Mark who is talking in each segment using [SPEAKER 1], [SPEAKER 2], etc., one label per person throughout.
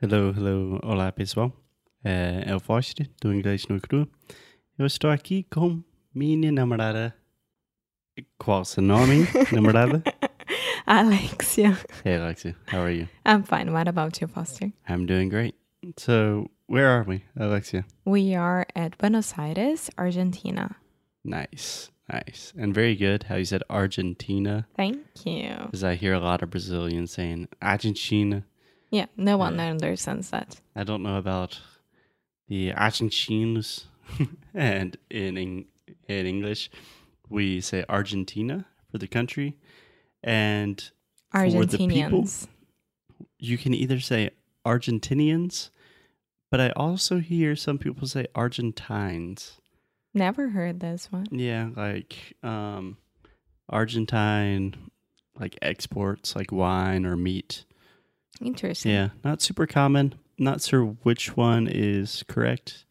[SPEAKER 1] Hello, hello, olá pessoal. É, é o Foster, do Inglês no Cru. Eu estou aqui com minha namorada. Qual seu nome, namorada?
[SPEAKER 2] Alexia.
[SPEAKER 1] Hey, Alexia, how are you?
[SPEAKER 2] I'm fine. What about you, Foster?
[SPEAKER 1] I'm doing great. So, where are we, Alexia?
[SPEAKER 2] We are at Buenos Aires, Argentina.
[SPEAKER 1] Nice, nice. And very good how you said Argentina,
[SPEAKER 2] Thank you.
[SPEAKER 1] because I hear a lot of Brazilians saying Argentina.
[SPEAKER 2] Yeah, no one
[SPEAKER 1] Yeah.
[SPEAKER 2] understands that.
[SPEAKER 1] I don't know about the Argentines and in Eng- in English we say Argentina for the country and For the people?
[SPEAKER 2] Argentinians.
[SPEAKER 1] you can either say Argentinians but I also hear some people say Argentines.
[SPEAKER 2] Never heard this one.
[SPEAKER 1] Yeah, like um Argentine like exports like wine or meat.
[SPEAKER 2] Interesting.
[SPEAKER 1] Yeah, not super common. Not sure which one is correct,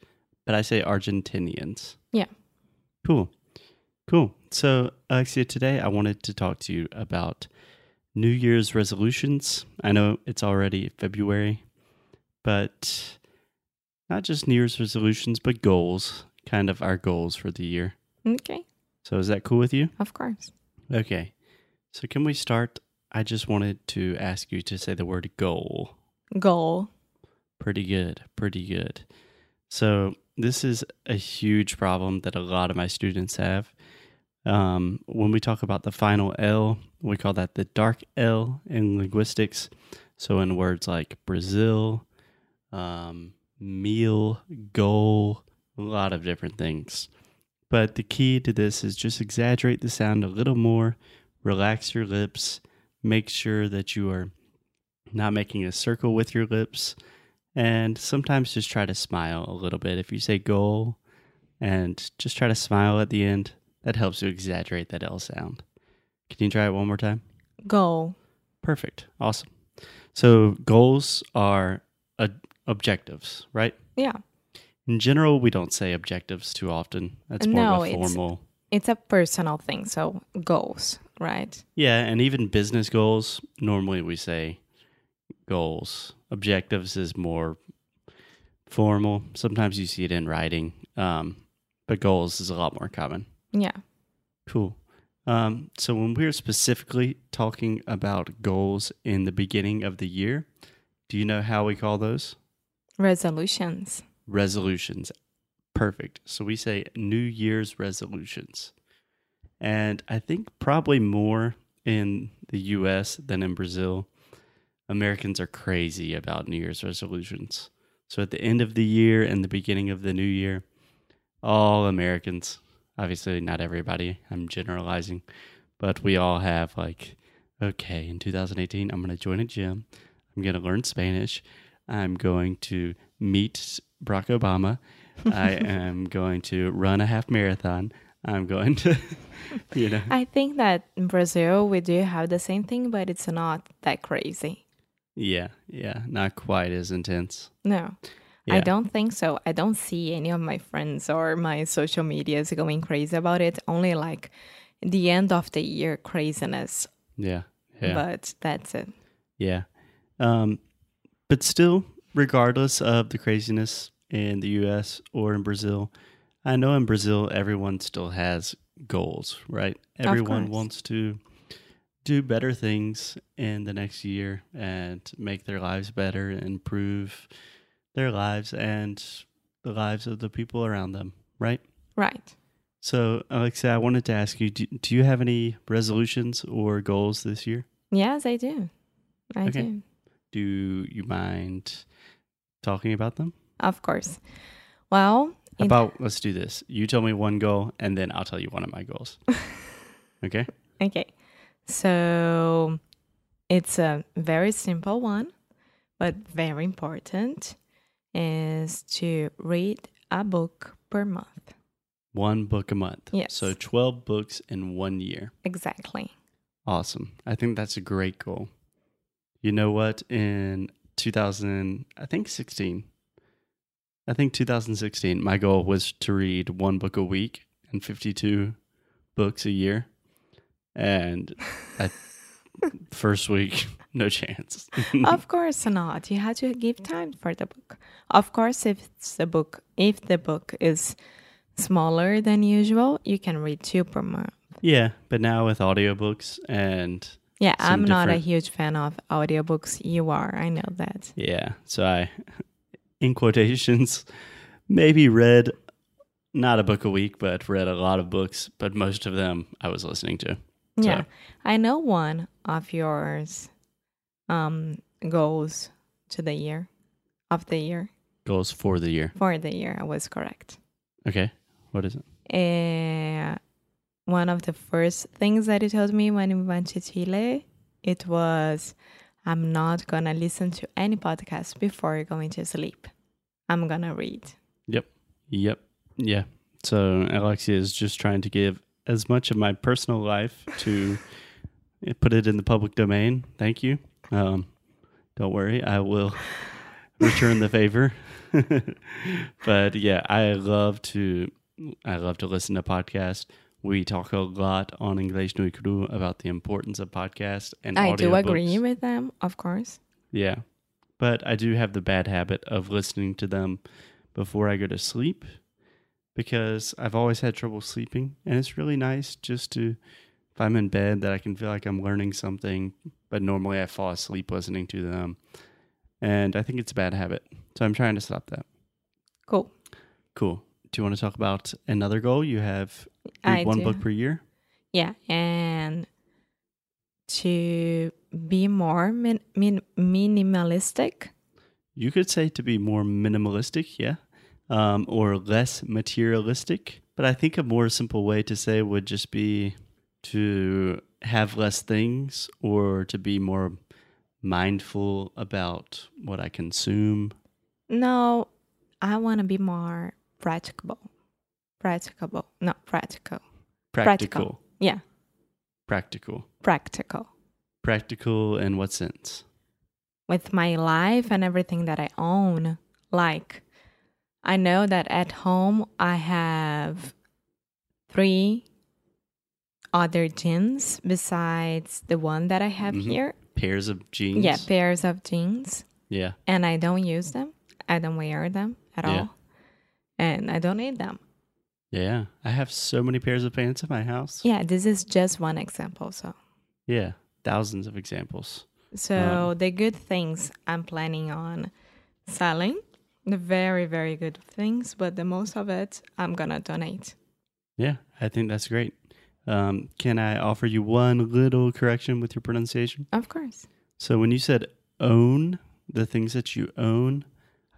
[SPEAKER 1] but I say Argentinians.
[SPEAKER 2] Yeah.
[SPEAKER 1] Cool. Cool. So, Alexia, today I wanted to talk to you about New Year's resolutions. I know it's already February, but not just New Year's resolutions, but goals, kind of our goals for the year.
[SPEAKER 2] Okay,
[SPEAKER 1] So, is that cool with you?
[SPEAKER 2] of course.
[SPEAKER 1] Okay. So, can we start? I just wanted to ask you to say the word goal.
[SPEAKER 2] Goal.
[SPEAKER 1] Pretty good. Pretty good. So, this is a huge problem that a lot of my students have. Um, when we talk about the final L, we call that the dark L in linguistics. So, in words like Brazil, um, meal, goal, a lot of different things. But the key to this is just exaggerate the sound a little more, relax your lips, make sure that you are not making a circle with your lips, and sometimes just try to smile a little bit. If you say goal and just try to smile at the end, that helps you exaggerate that L sound. Can you try it one more time?
[SPEAKER 2] Goal.
[SPEAKER 1] Perfect. Awesome. So, goals are uh, objectives, right?
[SPEAKER 2] Yeah.
[SPEAKER 1] In general, we don't say objectives too often. That's more
[SPEAKER 2] No,
[SPEAKER 1] of a
[SPEAKER 2] it's-
[SPEAKER 1] formal.
[SPEAKER 2] It's a personal thing, so goals, right?
[SPEAKER 1] Yeah, and even business goals, normally we say goals. Objectives is more formal. Sometimes you see it in writing, um, but goals is a lot more common.
[SPEAKER 2] Yeah.
[SPEAKER 1] Cool. Um, so when we're specifically talking about goals in the beginning of the year, do you know how we call those?
[SPEAKER 2] Resolutions.
[SPEAKER 1] resolutions. Perfect. So we say New Year's resolutions. And I think probably more in the US than in Brazil. Americans are crazy about New Year's resolutions. So at the end of the year and the beginning of the new year, all Americans, obviously not everybody, I'm generalizing, but we all have like, okay, in 2018, I'm going to join a gym. I'm going to learn Spanish. I'm going to meet Barack Obama. I am going to run a half marathon. I'm going to, you know,
[SPEAKER 2] I think that in Brazil we do have the same thing, but it's not that crazy.
[SPEAKER 1] yeah, yeah, not quite as intense.
[SPEAKER 2] No.
[SPEAKER 1] Yeah.
[SPEAKER 2] I don't think so. I don't see any of my friends or my social medias going crazy about it. Only like the end of the year craziness.
[SPEAKER 1] Yeah, yeah.
[SPEAKER 2] But that's it.
[SPEAKER 1] Yeah. Um, but still, regardless of the craziness in the US or in Brazil, I know in Brazil, everyone still has goals, right? Everyone
[SPEAKER 2] course.
[SPEAKER 1] wants to do better things in the next year and make their lives better, improve their lives and the lives of the people around them, right?
[SPEAKER 2] Right.
[SPEAKER 1] So, Alexa, I wanted to ask you do, do you have any resolutions or goals this year?
[SPEAKER 2] Yes, I do. I
[SPEAKER 1] Okay.
[SPEAKER 2] do.
[SPEAKER 1] Do you mind talking about them?
[SPEAKER 2] Of course. Well,
[SPEAKER 1] How
[SPEAKER 2] in-
[SPEAKER 1] about let's do this. You tell me one goal, and then I'll tell you one of my goals. okay.
[SPEAKER 2] okay. So it's a very simple one, but very important is to read a book per month.
[SPEAKER 1] One book a month.
[SPEAKER 2] Yes.
[SPEAKER 1] So 12 books in one year.
[SPEAKER 2] Exactly.
[SPEAKER 1] Awesome. I think that's a great goal. You know what? In 2000, I think 16, I think 2016, my goal was to read one book a week and 52 books a year. And I first week, no chance.
[SPEAKER 2] of course not. You have to give time for the book. Of course, if it's the book, if the book is smaller than usual, you can read two per month.
[SPEAKER 1] yeah, but now with audiobooks and
[SPEAKER 2] Yeah,
[SPEAKER 1] Some
[SPEAKER 2] I'm not a
[SPEAKER 1] different-
[SPEAKER 2] huge fan of audiobooks. You are, I know that.
[SPEAKER 1] yeah, so I, in quotations, maybe read not a book a week, but read a lot of books, but most of them I was listening to.
[SPEAKER 2] Yeah, I know one of yours um goals to the year of the year
[SPEAKER 1] Goals for the year.
[SPEAKER 2] for the year. I was correct.
[SPEAKER 1] Okay, what is it?
[SPEAKER 2] Uh, one of the first things that he told me when we went to Chile, it was, I'm not gonna listen to any podcast before going to sleep. I'm gonna read.
[SPEAKER 1] Yep. Yeah. So Alexia is just trying to give as much of my personal life to put it in the public domain. Thank you. Um, don't worry, I will return the favor. but yeah, I love to I love to listen to podcasts. We talk a lot on English Nui Cru about the importance of podcasts and
[SPEAKER 2] I do agree
[SPEAKER 1] audiobooks.
[SPEAKER 2] with them, of course.
[SPEAKER 1] Yeah. But I do have the bad habit of listening to them before I go to sleep because I've always had trouble sleeping. And it's really nice just to, if I'm in bed, that I can feel like I'm learning something. But normally I fall asleep listening to them. And I think it's a bad habit. So I'm trying to stop that.
[SPEAKER 2] Cool.
[SPEAKER 1] Cool. Do you want to talk about another goal you have? Read
[SPEAKER 2] I
[SPEAKER 1] one
[SPEAKER 2] do.
[SPEAKER 1] book per year?
[SPEAKER 2] Yeah, and to be more min- min- minimalistic.
[SPEAKER 1] You could say to be more minimalistic, yeah, um, or less materialistic. But I think a more simple way to say would just be to have less things or to be more mindful about what I consume.
[SPEAKER 2] No, I want to be more practicable. Practicable, not practical.
[SPEAKER 1] Practical.
[SPEAKER 2] Practical. Yeah,
[SPEAKER 1] Practical.
[SPEAKER 2] practical.
[SPEAKER 1] Practical in what sense?
[SPEAKER 2] with my life and everything that I own. Like, I know that at home I have three other jeans besides the one that I have
[SPEAKER 1] Mhm.
[SPEAKER 2] here.
[SPEAKER 1] Pairs of jeans.
[SPEAKER 2] Yeah, pairs of jeans,
[SPEAKER 1] Yeah.
[SPEAKER 2] and I don't use them. I don't wear them at
[SPEAKER 1] Yeah.
[SPEAKER 2] all, and I don't need them.
[SPEAKER 1] Yeah. I have so many pairs of pants in my house.
[SPEAKER 2] Yeah, this is just one example. So,
[SPEAKER 1] Yeah. Thousands of examples.
[SPEAKER 2] so
[SPEAKER 1] Uh-huh.
[SPEAKER 2] the good things I'm planning on selling, the very very good things, but the most of it I'm gonna donate.
[SPEAKER 1] Yeah, I think that's great. Um, can I offer you one little correction with your pronunciation?
[SPEAKER 2] Of course.
[SPEAKER 1] So when you said own the things that you own,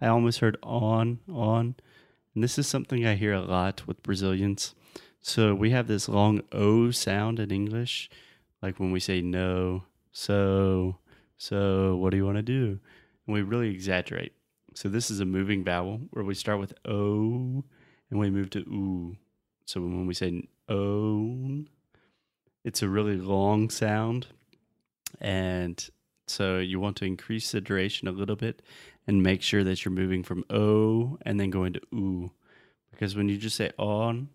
[SPEAKER 1] I almost heard on on, and this is something I hear a lot with Brazilians. So we have this long o sound in English, like when we say no, so, so. What do you want to do? And we really exaggerate. So this is a moving vowel where we start with o, and we move to oo. So when we say own, it's a really long sound. And so you want to increase the duration a little bit and make sure that you're moving from O and then going to oo. Because when you just say on,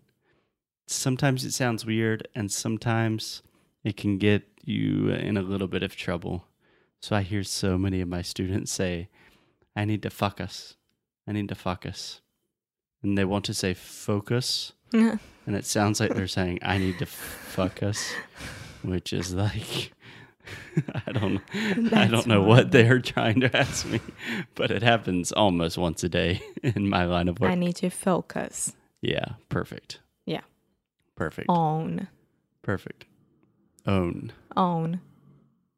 [SPEAKER 1] sometimes it sounds weird and sometimes it can get you in a little bit of trouble. So I hear so many of my students say, I need to focus. I need to focus. And they want to say focus. And it sounds like they're saying, I need to fuck us, which is like, I don't, I
[SPEAKER 2] That's
[SPEAKER 1] don't know
[SPEAKER 2] horrible.
[SPEAKER 1] what they're trying to ask me, but it happens almost once a day in my line of work.
[SPEAKER 2] I need to focus
[SPEAKER 1] yeah, perfect.
[SPEAKER 2] Yeah.
[SPEAKER 1] Perfect.
[SPEAKER 2] on
[SPEAKER 1] Perfect. Own.
[SPEAKER 2] on.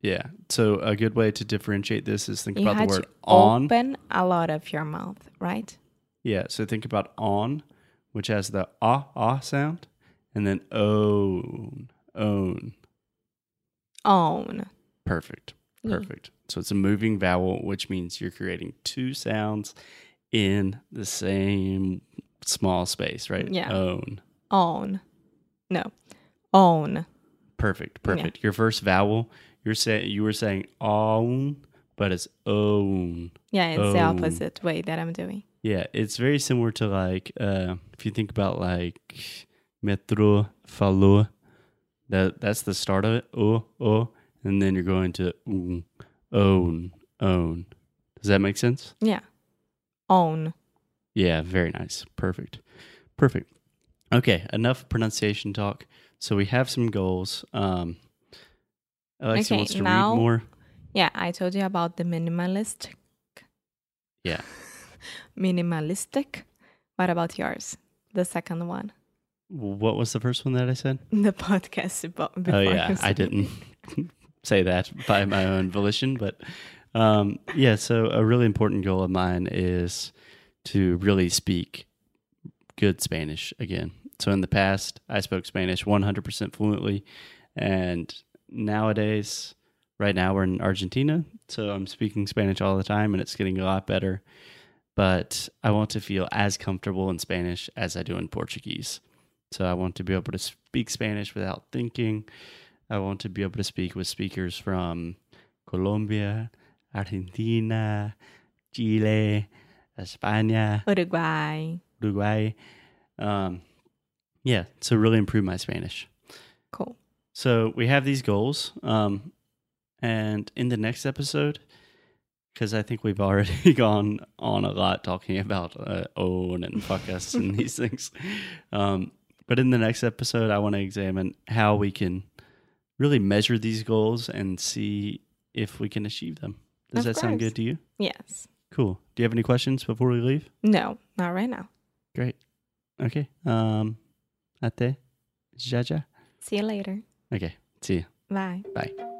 [SPEAKER 1] Yeah. So a good way to differentiate this is think
[SPEAKER 2] You
[SPEAKER 1] about
[SPEAKER 2] had
[SPEAKER 1] the
[SPEAKER 2] to
[SPEAKER 1] word on.
[SPEAKER 2] open a lot of your mouth, right?
[SPEAKER 1] Yeah. So think about on, which has the ah ah sound, and then own own.
[SPEAKER 2] On.
[SPEAKER 1] Perfect.
[SPEAKER 2] Yeah.
[SPEAKER 1] Perfect. So it's a moving vowel, which means you're creating two sounds in the same small space, right?
[SPEAKER 2] Yeah.
[SPEAKER 1] Own.
[SPEAKER 2] On. No. On.
[SPEAKER 1] Perfect. Perfect. Your first vowel, you're saying you were saying own, but it's own.
[SPEAKER 2] Yeah, it's the
[SPEAKER 1] Own.
[SPEAKER 2] opposite way that I'm doing.
[SPEAKER 1] Yeah, it's very similar to like uh, if you think about like metro falou, that that's the start of it. Oh, oh, and then you're going to own, own, own. Does that make sense?
[SPEAKER 2] Yeah. Own.
[SPEAKER 1] Yeah, very nice. Perfect. Perfect. Okay, enough pronunciation talk. So we have some goals. Um, Alexia
[SPEAKER 2] Okay,
[SPEAKER 1] wants to
[SPEAKER 2] now-
[SPEAKER 1] read more.
[SPEAKER 2] Yeah, I told you about the minimalist.
[SPEAKER 1] Yeah.
[SPEAKER 2] Minimalistic. What about yours? The second one.
[SPEAKER 1] What was the first one that I said?
[SPEAKER 2] The podcast about before
[SPEAKER 1] Oh yeah,
[SPEAKER 2] you
[SPEAKER 1] I
[SPEAKER 2] said-
[SPEAKER 1] didn't say that by my own volition, but um, yeah. So a really important goal of mine is to really speak good Spanish again. So in the past, I spoke Spanish 100% fluently, and nowadays, right now we're in Argentina, so I'm speaking Spanish all the time, and it's getting a lot better. But I want to feel as comfortable in Spanish as I do in Portuguese. So I want to be able to speak Spanish without thinking. I want to be able to speak with speakers from Colombia, Argentina, Chile, España,
[SPEAKER 2] Uruguay.
[SPEAKER 1] Uruguay. Um, yeah, so really improve my Spanish.
[SPEAKER 2] Cool.
[SPEAKER 1] So we have these goals. Um, and in the next episode, because I think we've already gone on a lot talking about uh, own and fuck us and these things. Um, but in the next episode, I want to examine how we can really measure these goals and see if we can achieve them. Does
[SPEAKER 2] Of
[SPEAKER 1] that sound
[SPEAKER 2] course.
[SPEAKER 1] good to you?
[SPEAKER 2] Yes.
[SPEAKER 1] Cool. Do you have any questions before we leave?
[SPEAKER 2] No, not right now.
[SPEAKER 1] Great. Okay. Um, ate. Jaja.
[SPEAKER 2] See you later.
[SPEAKER 1] Okay. See you.
[SPEAKER 2] Bye.
[SPEAKER 1] Bye.